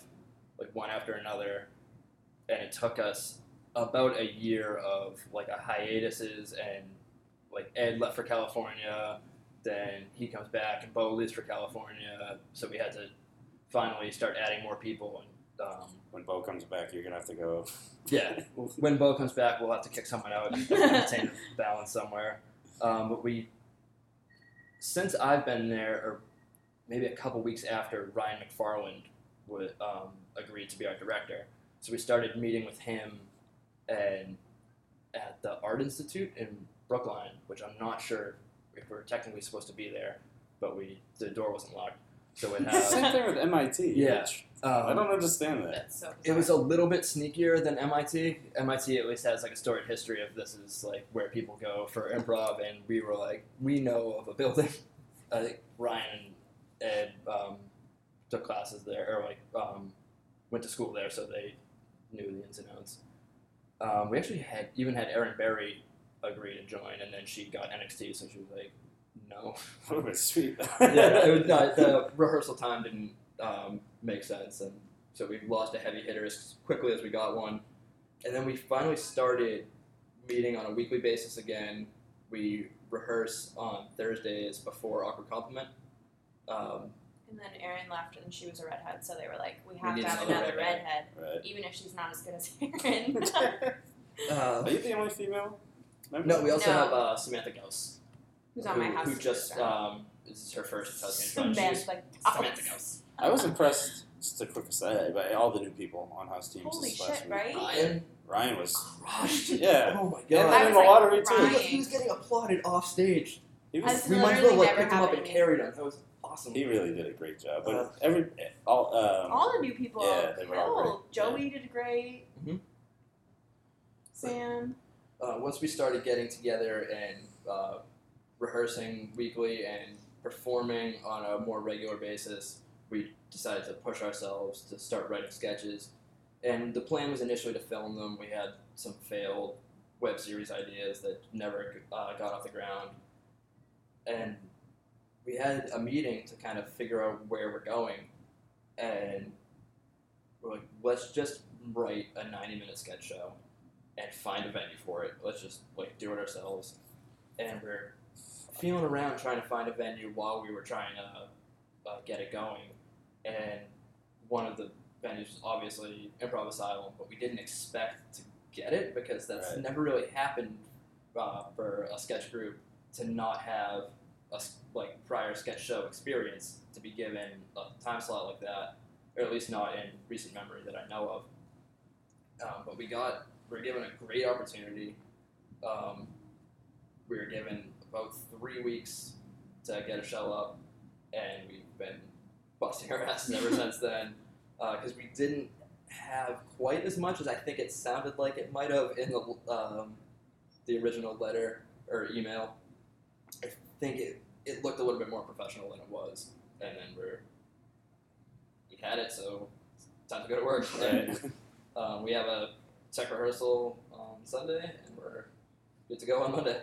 Speaker 2: like one after another, and it took us about a year of like a hiatuses and like Ed left for California, then he comes back and Bo leaves for California, so we had to finally start adding more people and. Um,
Speaker 1: when Bo comes back, you're gonna have to go.
Speaker 2: yeah, when Bo comes back, we'll have to kick someone out and maintain a balance somewhere. Um, but we, since I've been there, or maybe a couple weeks after Ryan McFarland would um, agreed to be our director, So we started meeting with him and at the Art Institute in Brookline, which I'm not sure if we're technically supposed to be there, but we the door wasn't locked, so it
Speaker 1: It's the same
Speaker 2: had.
Speaker 1: thing with MIT.
Speaker 2: Uh, Yeah.
Speaker 1: which-
Speaker 2: um,
Speaker 1: I don't understand that.
Speaker 3: That's so.
Speaker 2: it was a little bit sneakier than MIT. MIT at least has like a storied history of this is like where people go for improv, and we were like, we know of a building. I think Ryan and Ed um, took classes there, or like um, went to school there, so they knew the ins and outs. Um, we actually had even had Erin Berry agree to join, and then she got NXT, so she was like, no
Speaker 1: That would sweet.
Speaker 2: yeah, it was not, the rehearsal time didn't um, make sense, and so we lost a heavy hitter as quickly as we got one, and then we finally started meeting on a weekly basis again. We rehearse on Thursdays before Awkward Compliment. Um,
Speaker 3: And then Erin left, and she was a redhead, so they were like, "We have
Speaker 2: need
Speaker 3: to have
Speaker 2: another
Speaker 3: another
Speaker 2: redhead."
Speaker 3: redhead,
Speaker 1: Right.
Speaker 3: even if she's not as good as Erin."
Speaker 2: uh,
Speaker 1: Are you the only female? member?
Speaker 2: no, we also
Speaker 3: No.
Speaker 2: have uh, Samantha Gauss,
Speaker 3: Who's on my
Speaker 2: who-
Speaker 3: house?
Speaker 2: who just um, this is her first
Speaker 1: uh,
Speaker 2: husband. She was
Speaker 3: Samantha
Speaker 2: Samantha
Speaker 3: Gauss.
Speaker 2: Gauss.
Speaker 1: I was impressed. Just a quick aside by all the new people on house teams
Speaker 3: Holy
Speaker 1: this last
Speaker 3: shit,
Speaker 1: week.
Speaker 3: right?
Speaker 2: Ryan
Speaker 1: Ryan was,
Speaker 2: crushed. it.
Speaker 1: yeah,
Speaker 2: Oh my
Speaker 1: and
Speaker 3: I
Speaker 1: then
Speaker 2: god.
Speaker 3: was
Speaker 1: in the
Speaker 3: like
Speaker 1: lottery
Speaker 3: crying.
Speaker 1: too.
Speaker 3: Ryan-
Speaker 2: He was getting applauded off stage.
Speaker 1: He
Speaker 3: I
Speaker 1: was,
Speaker 3: was-
Speaker 2: We might as well
Speaker 3: literally
Speaker 2: like
Speaker 3: never
Speaker 2: picked him up and
Speaker 3: happened.
Speaker 2: carried him. That was awesome.
Speaker 1: he really did a great job. But
Speaker 2: Uh,
Speaker 1: every all um,
Speaker 3: All the new people.
Speaker 1: Yeah, they were all
Speaker 3: Cool.
Speaker 1: great.
Speaker 3: Joey did great.
Speaker 2: Mhm.
Speaker 3: Sam.
Speaker 2: uh, once we started getting together and uh, rehearsing weekly and performing on a more regular basis, we decided to push ourselves to start writing sketches. And the plan was initially to film them. We had some failed web series ideas that never uh, got off the ground. And we had a meeting to kind of figure out where we're going. And we're like, let's just write a 90 minute sketch show and find a venue for it. Let's just like do it ourselves. And we're feeling around trying to find a venue while we were trying to uh, get it going. And one of the venues was obviously Improv Asylum, but we didn't expect to get it because that's
Speaker 1: Right.
Speaker 2: never really happened uh, for a sketch group to not have a s- like prior sketch show experience to be given a time slot like that, or at least not in recent memory that I know of. Um, but we got we were given a great opportunity. Um, we were given about three weeks to get a show up, and we've been busting our asses ever since then because we didn't have quite as much as I think it sounded like it might have in the um, the original letter or email. I think it, it looked a little bit more professional than it was, and then we're we had it, so it's time to go to work. And,
Speaker 1: right.
Speaker 2: um, we have a tech rehearsal on Sunday, and we're good to go on Monday.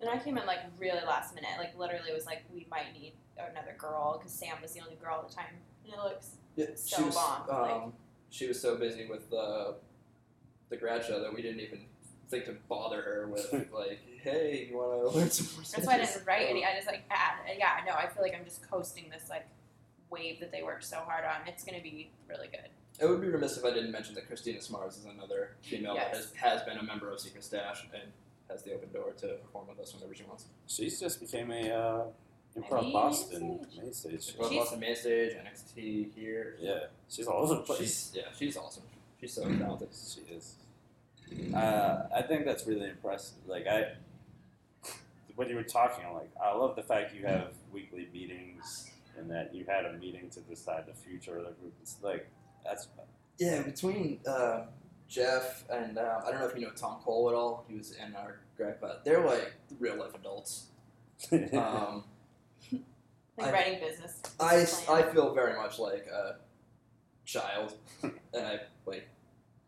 Speaker 3: And I came in like really last minute. Like literally was like, we might need another girl because Sam was the only girl at the time. And it looks.
Speaker 2: Yeah,
Speaker 3: So
Speaker 2: she was,
Speaker 3: long,
Speaker 2: Um,
Speaker 3: like-
Speaker 2: She was so busy with the the grad show that we didn't even think to bother her with like, hey, you want to learn some more?
Speaker 3: That's why I
Speaker 2: sketches?"
Speaker 3: didn't write any. I just like add. Yeah, no, I feel like I'm just coasting this like wave that they worked so hard on. It's gonna be really good.
Speaker 2: It would be remiss if I didn't mention that Christina Smars is another female that
Speaker 3: Yes.
Speaker 2: has, has been a member of Secret Stash and has the open door to perform with us whenever she wants.
Speaker 1: She's just became a uh, improv
Speaker 3: Main
Speaker 1: Boston
Speaker 3: stage.
Speaker 1: main stage.
Speaker 2: Well,
Speaker 3: She's-
Speaker 2: Boston Main Stage, NXT here.
Speaker 1: Yeah, she's all over the place.
Speaker 2: She's yeah, she's awesome. She's so talented.
Speaker 1: She is. Uh, I think that's really impressive. Like I, when you were talking, I'm like I love the fact you have weekly meetings and that you had a meeting to decide the future of the group. It's like that's
Speaker 2: Yeah, between uh, Jeff and um, I don't know if you know Tom Cole at all. He was in our grad class. They're like real life adults. Um,
Speaker 3: Like
Speaker 2: I-
Speaker 3: writing business.
Speaker 2: I, I
Speaker 3: plan.
Speaker 2: feel very much like a child, and I like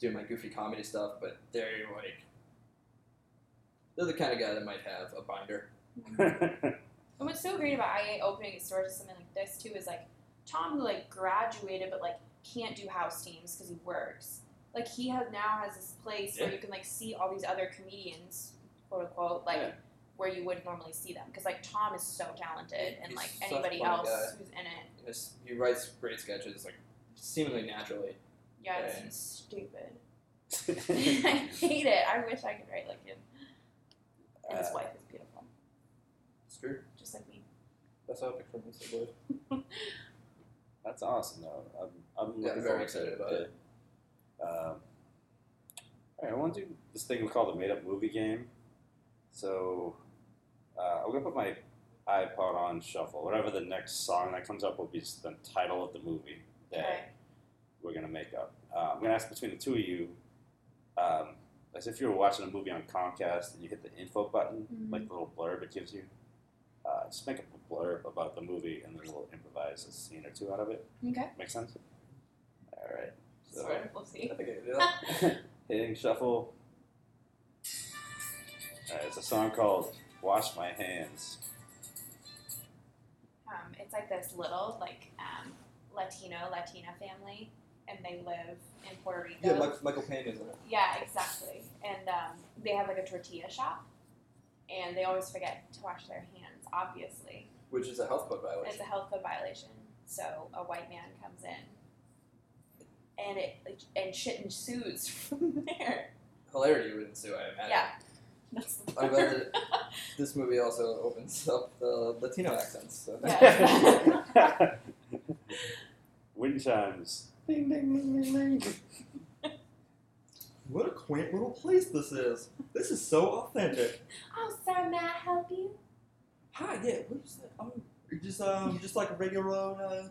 Speaker 2: do my goofy comedy stuff. But they're like they're the kind of guy that might have a binder.
Speaker 3: And what's so great about IA opening its doors to something like this too is like Tom, who like graduated but like can't do house teams because he works. Like he has now has this place where
Speaker 2: Yeah.
Speaker 3: you can like see all these other comedians, quote unquote, like
Speaker 1: Yeah.
Speaker 3: where you would normally see them. Because like Tom is so talented, and
Speaker 2: He's
Speaker 3: like
Speaker 2: such a
Speaker 3: anybody
Speaker 2: funny
Speaker 3: else
Speaker 2: guy.
Speaker 3: who's in it,
Speaker 2: Just- He writes great sketches like seemingly naturally.
Speaker 3: yeah,
Speaker 2: Yeah.
Speaker 3: it's stupid. I hate it. I wish I could write like him. And his
Speaker 1: Uh,
Speaker 3: wife is beautiful,
Speaker 2: It's true.
Speaker 3: just like me.
Speaker 2: That's how I picture him. so good.
Speaker 1: that's awesome though. I'm I'm
Speaker 2: Yeah,
Speaker 1: looking
Speaker 2: very
Speaker 1: forward to
Speaker 2: excited about
Speaker 1: it. Um, All right, I want to do this thing we call the made up movie game. So uh, I'm gonna put my iPod on shuffle. Whatever the next song that comes up will be just the title of the movie that
Speaker 3: Alright.
Speaker 1: we're gonna make up. Uh, I'm gonna ask between the two of you, um, as if you were watching a movie on Comcast and you hit the info button,
Speaker 3: Mhm.
Speaker 1: like the little blurb it gives you. Uh, just make up a blurb about the movie and then we'll improvise a scene or two out of it.
Speaker 3: Okay.
Speaker 1: Make sense? All right. So
Speaker 3: Sort of. We'll see.
Speaker 5: I think I did that.
Speaker 1: hitting shuffle. Uh, it's a song called "Wash My Hands."
Speaker 3: Um, it's like this little like um, Latino Latina family, and they live in Puerto Rico.
Speaker 5: Yeah, Michael, Michael Payne is in it.
Speaker 3: Yeah, exactly. And um, they have like a tortilla shop, and they always forget to wash their hands. Obviously,
Speaker 5: which is a health code
Speaker 3: it's
Speaker 5: violation.
Speaker 3: a health code violation. So a white man comes in, and it and shit ensues from there.
Speaker 5: Hilarity would ensue, I imagine.
Speaker 3: Yeah, that's the
Speaker 5: I'm
Speaker 3: part.
Speaker 5: glad that this movie also opens up the Latino accents. So.
Speaker 3: Yeah.
Speaker 1: Wind chimes. Ding ding ding ding ding.
Speaker 5: What a quaint little place this is. This is so authentic.
Speaker 3: Oh, sir, may I help you?
Speaker 5: Hi, yeah, what is that? Oh, you're just um, just like a regular old uh,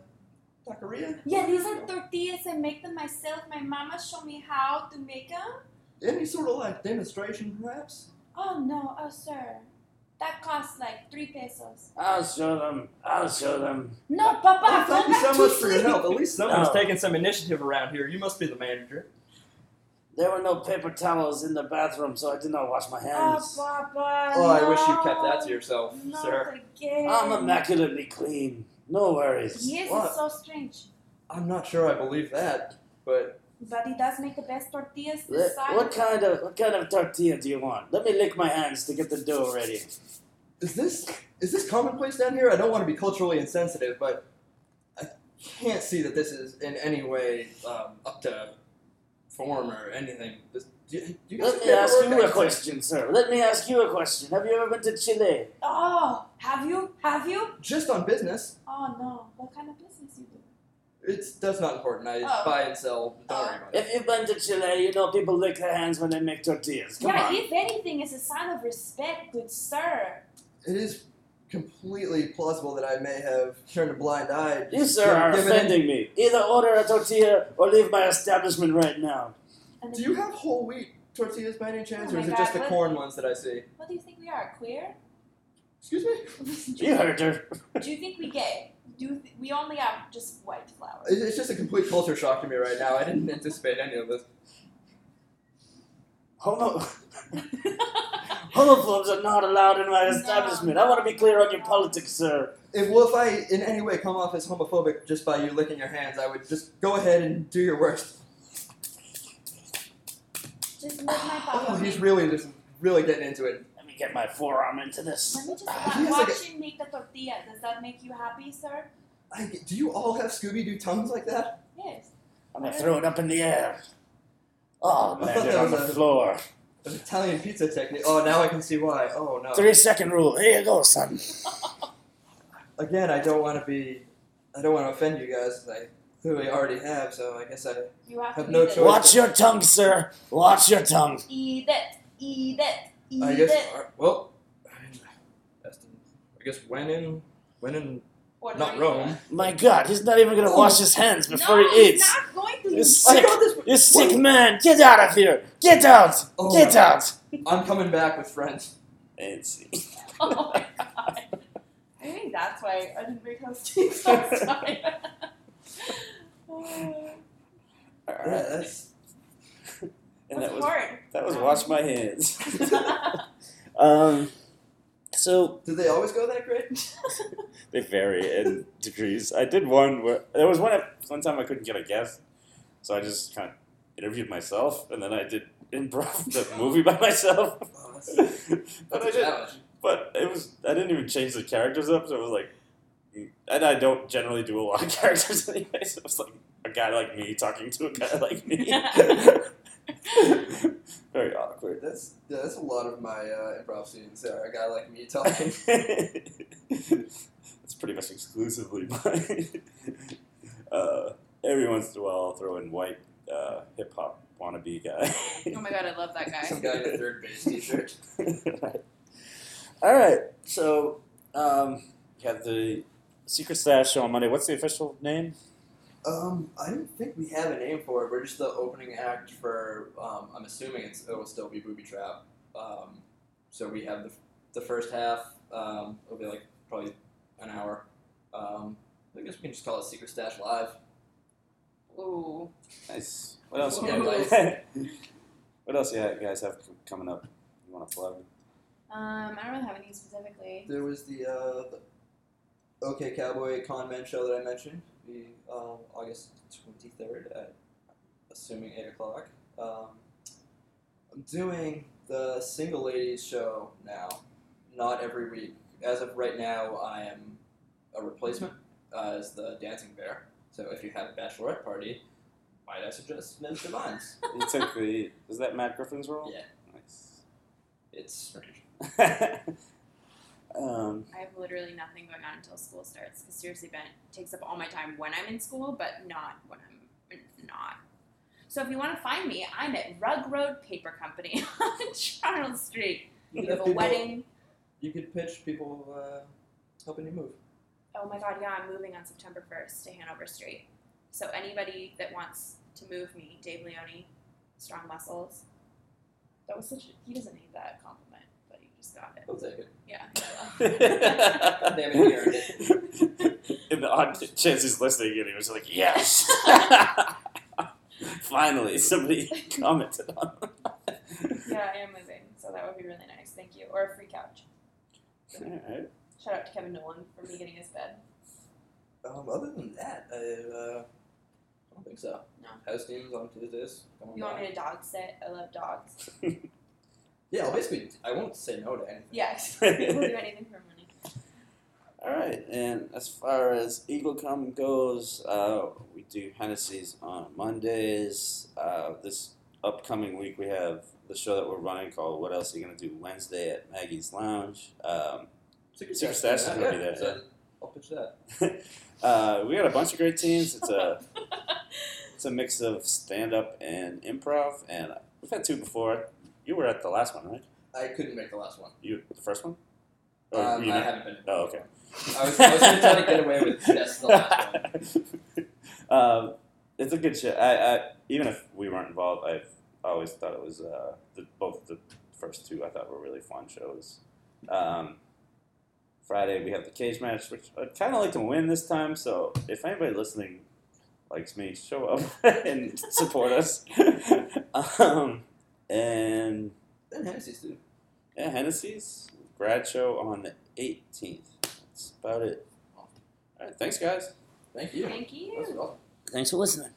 Speaker 5: taqueria.
Speaker 3: Yeah, these are tortillas. I make them myself. My mama showed me how to make them.
Speaker 5: Any sort of like demonstration, perhaps?
Speaker 3: Oh no, oh sir. That costs like three pesos.
Speaker 1: I'll show them. I'll show them.
Speaker 3: No, Papa,
Speaker 5: Oh,
Speaker 3: go
Speaker 5: thank you
Speaker 3: back
Speaker 5: so
Speaker 3: to
Speaker 5: much for your
Speaker 3: sleep.
Speaker 5: help. At least someone's
Speaker 1: No.
Speaker 5: taking some initiative around here. You must be the manager.
Speaker 1: There were no paper towels in the bathroom, so I did not wash my
Speaker 3: Oh,
Speaker 1: hands.
Speaker 3: Papa.
Speaker 5: Oh, I wish you
Speaker 3: no,
Speaker 5: kept that to yourself,
Speaker 3: Not
Speaker 5: sir.
Speaker 3: again.
Speaker 1: I'm immaculately clean. No worries.
Speaker 3: Yes,
Speaker 5: What?
Speaker 3: it's so strange.
Speaker 5: I'm not sure I believe that, but
Speaker 3: But he does make the best tortillas
Speaker 1: Le-
Speaker 3: this side.
Speaker 1: What kind of what kind of tortilla do you want? Let me lick my hands to get the dough ready.
Speaker 5: is this is this commonplace down here? I don't want to be culturally insensitive, but I can't see that this is in any way um, up to form or anything. This, do you, do you
Speaker 1: Let
Speaker 5: guys have
Speaker 1: me
Speaker 5: to
Speaker 1: ask
Speaker 5: work
Speaker 1: you a
Speaker 5: accents?
Speaker 1: question, sir. Let me ask you a question. Have you ever been to Chile?
Speaker 3: Oh, have you? Have you?
Speaker 5: Just on business.
Speaker 3: Oh no, what kind of business you do?
Speaker 5: It's that's not important. I
Speaker 3: Oh.
Speaker 5: buy and sell. Don't worry about it.
Speaker 1: Uh, If you've been to Chile, you know people lick their hands when they make tortillas. Come
Speaker 3: yeah,
Speaker 1: on.
Speaker 3: if anything, it's a sign of respect, good sir.
Speaker 5: It is completely plausible that I may have turned a blind eye.
Speaker 1: You,
Speaker 5: just
Speaker 1: sir, are
Speaker 5: given-
Speaker 1: offending me. Either order a tortilla or leave my establishment right now.
Speaker 3: And
Speaker 5: Do you have whole wheat tortillas by any chance,
Speaker 3: Oh
Speaker 5: or
Speaker 3: my
Speaker 5: is it
Speaker 3: God,
Speaker 5: just the
Speaker 3: what-
Speaker 5: corn ones that I see?
Speaker 3: What do you think we are? Queer?
Speaker 5: Excuse me.
Speaker 1: You heard her.
Speaker 3: Do you think we gay? Do you th- we only have just white flowers?
Speaker 5: It- It's just a complete culture shock to me right now. I didn't anticipate any of this.
Speaker 1: Homo. Homophobes are not allowed in my
Speaker 3: No,
Speaker 1: establishment.
Speaker 3: no,
Speaker 1: I want to be clear on your
Speaker 3: no.
Speaker 1: politics, sir.
Speaker 5: If well, if I in any way come off as homophobic just by you licking your hands, I would just go ahead and do your worst.
Speaker 3: just let my papa.
Speaker 5: Oh, he's really just really getting into it.
Speaker 1: Let me get my forearm into this.
Speaker 3: Let me just
Speaker 5: Ah, He
Speaker 3: wa-
Speaker 5: has like
Speaker 3: watch him make the tortilla. Does that make you happy, sir?
Speaker 5: I, do you all have Scooby Doo tongues like that?
Speaker 3: Yes.
Speaker 1: I'm gonna throw it up in the air. Oh,
Speaker 5: I thought
Speaker 1: landed
Speaker 5: that
Speaker 1: on the
Speaker 5: was a-
Speaker 1: floor.
Speaker 5: An Italian pizza technique. Oh, now I can see why. Oh no.
Speaker 1: Three second rule. Here you go, son.
Speaker 5: again, I don't want to be, I don't want to offend you guys. 'cause I clearly already have, so I guess I.
Speaker 3: You have,
Speaker 5: Have
Speaker 3: to
Speaker 5: no
Speaker 3: be the-
Speaker 5: choice.
Speaker 1: Watch your tongue, sir. Watch your tongue.
Speaker 3: Eat it. Eat it. Eat
Speaker 5: I guess.
Speaker 3: it.
Speaker 5: alright, Well, that's the- I guess when in, when in,
Speaker 3: Or
Speaker 5: not
Speaker 3: drink
Speaker 5: Rome.
Speaker 3: it.
Speaker 1: My God, he's not even gonna
Speaker 5: Oh.
Speaker 1: wash his hands before
Speaker 3: no,
Speaker 1: he eats.
Speaker 3: he's not going to.
Speaker 1: You
Speaker 5: I
Speaker 1: sick,
Speaker 5: got this.
Speaker 1: you sick man! Get out of here! Get out!
Speaker 5: Oh,
Speaker 1: Get out!
Speaker 5: I'm coming back with friends.
Speaker 1: It's
Speaker 3: Oh my god. I think that's why I didn't bring hosties last time. Oh,
Speaker 5: Yeah, that's.
Speaker 1: and that
Speaker 3: that's
Speaker 1: was
Speaker 3: hard.
Speaker 1: that was
Speaker 3: Um,
Speaker 1: wash my hands. um, so
Speaker 5: Do they always go that great?
Speaker 1: they vary in degrees. I did one where there was one one time I couldn't get a guess, so I just kind of interviewed myself, and then I did improv the movie by myself.
Speaker 5: Oh, that's,
Speaker 1: but
Speaker 5: that's
Speaker 1: I
Speaker 5: a
Speaker 1: did
Speaker 5: challenge.
Speaker 1: But it was I didn't even change the characters up, so it was like, and I don't generally do a lot of characters anyway. So it was like a guy like me talking to a guy like me. Very awkward.
Speaker 5: That's yeah, that's a lot of my uh, improv scenes. Are a guy like me talking.
Speaker 1: That's pretty much exclusively mine. uh, every once in a while, I'll throw in white uh, hip hop wannabe guy.
Speaker 3: Oh my god, I love that guy.
Speaker 5: Some guy in a third base T-shirt.
Speaker 4: All right.
Speaker 1: so, um, you have the Secret Stash show on Monday. What's the official name?
Speaker 5: Um, I don't think we have a name for it. We're just the opening act for. Um, I'm assuming it's it'll still be Booby Trap. Um, so we have the, the first half. Um, it'll be like probably an hour. Um, I guess we can just call it Secret Stash Live.
Speaker 3: Ooh.
Speaker 1: Nice. What else?
Speaker 5: Yeah,
Speaker 1: what else you guys have c- coming up? You want to plug?
Speaker 3: Um, I don't really have anything specifically.
Speaker 5: There was the, uh, the OK Cowboy Con Men show that I mentioned, the um, August 23rd at assuming 8 o'clock. Um, I'm doing the Single Ladies show now, not every week. As of right now, I am a replacement uh, as the Dancing Bear. So if you have a bachelorette party, might I suggest Mims Divines?
Speaker 1: You took the. Is that Matt Griffin's role?
Speaker 5: Yeah.
Speaker 1: Nice.
Speaker 5: It's strange.
Speaker 1: um,
Speaker 3: I have literally nothing going on until school starts because seriously, Ben takes up all my time when I'm in school, but not when I'm not. So if you want to find me, I'm at Rug Road Paper Company on Charles Street. We
Speaker 5: You
Speaker 3: have
Speaker 5: could
Speaker 3: a
Speaker 5: pitch-
Speaker 3: wedding.
Speaker 5: You could pitch people uh, helping you move.
Speaker 3: Oh my God, yeah, I'm moving on September 1st to Hanover Street. So anybody that wants to move me, Dave Leone, Strong Muscles. That was such. A, he doesn't need that compliment, but he just got it.
Speaker 5: I'll take it.
Speaker 3: Yeah.
Speaker 5: Damn it, you earned it.
Speaker 1: in the odd chance he's listening, and he was like, "Yes." Finally, somebody commented on.
Speaker 3: yeah, I am moving, so that would be really nice. Thank you, or a free couch.
Speaker 1: All right.
Speaker 3: Shout out to Kevin Nolan for me getting his bed.
Speaker 5: Um, other than that, I, uh, I don't think so.
Speaker 3: No.
Speaker 5: House Demons on Tuesdays. Come on
Speaker 3: You want
Speaker 5: by.
Speaker 3: me to dog sit? I love dogs.
Speaker 5: Yeah, I'll basically, I won't say no to anything.
Speaker 3: Yes, we'll do anything for money.
Speaker 1: All right, and as far as Eagle Come goes, uh, we do Hennessy's on Mondays. Uh, this upcoming week, we have the show that we're running called "What Else Are You Gonna Do Wednesday" at Maggie's Lounge. Um,
Speaker 5: Secret
Speaker 1: Secret
Speaker 5: Stash
Speaker 1: Stash is
Speaker 5: yeah,
Speaker 1: gonna be there,
Speaker 5: so I'll pitch that.
Speaker 1: uh, we got a bunch of great teams. It's a it's a mix of stand up and improv, and we've had two before. You were at the last one, right?
Speaker 5: I couldn't make the last one.
Speaker 1: You the first one? Or
Speaker 5: Um,
Speaker 1: you
Speaker 5: I
Speaker 1: not-
Speaker 5: haven't been.
Speaker 1: Oh, okay.
Speaker 5: I was, I was gonna try to get away with just the last one.
Speaker 1: um, it's a good show. I, I even if we weren't involved, I've always thought it was uh, the, both the first two. I thought were really fun shows. Um, Friday we have the cage match, which I kind of like to win this time. So if anybody listening likes me, show up and support us. um, and
Speaker 5: And Hennessy's too.
Speaker 1: yeah, Hennessy's grad show on the 18th. That's about it. All right, thanks guys.
Speaker 5: Thank you.
Speaker 3: Thank you.
Speaker 5: That was awesome.
Speaker 4: Thanks for listening.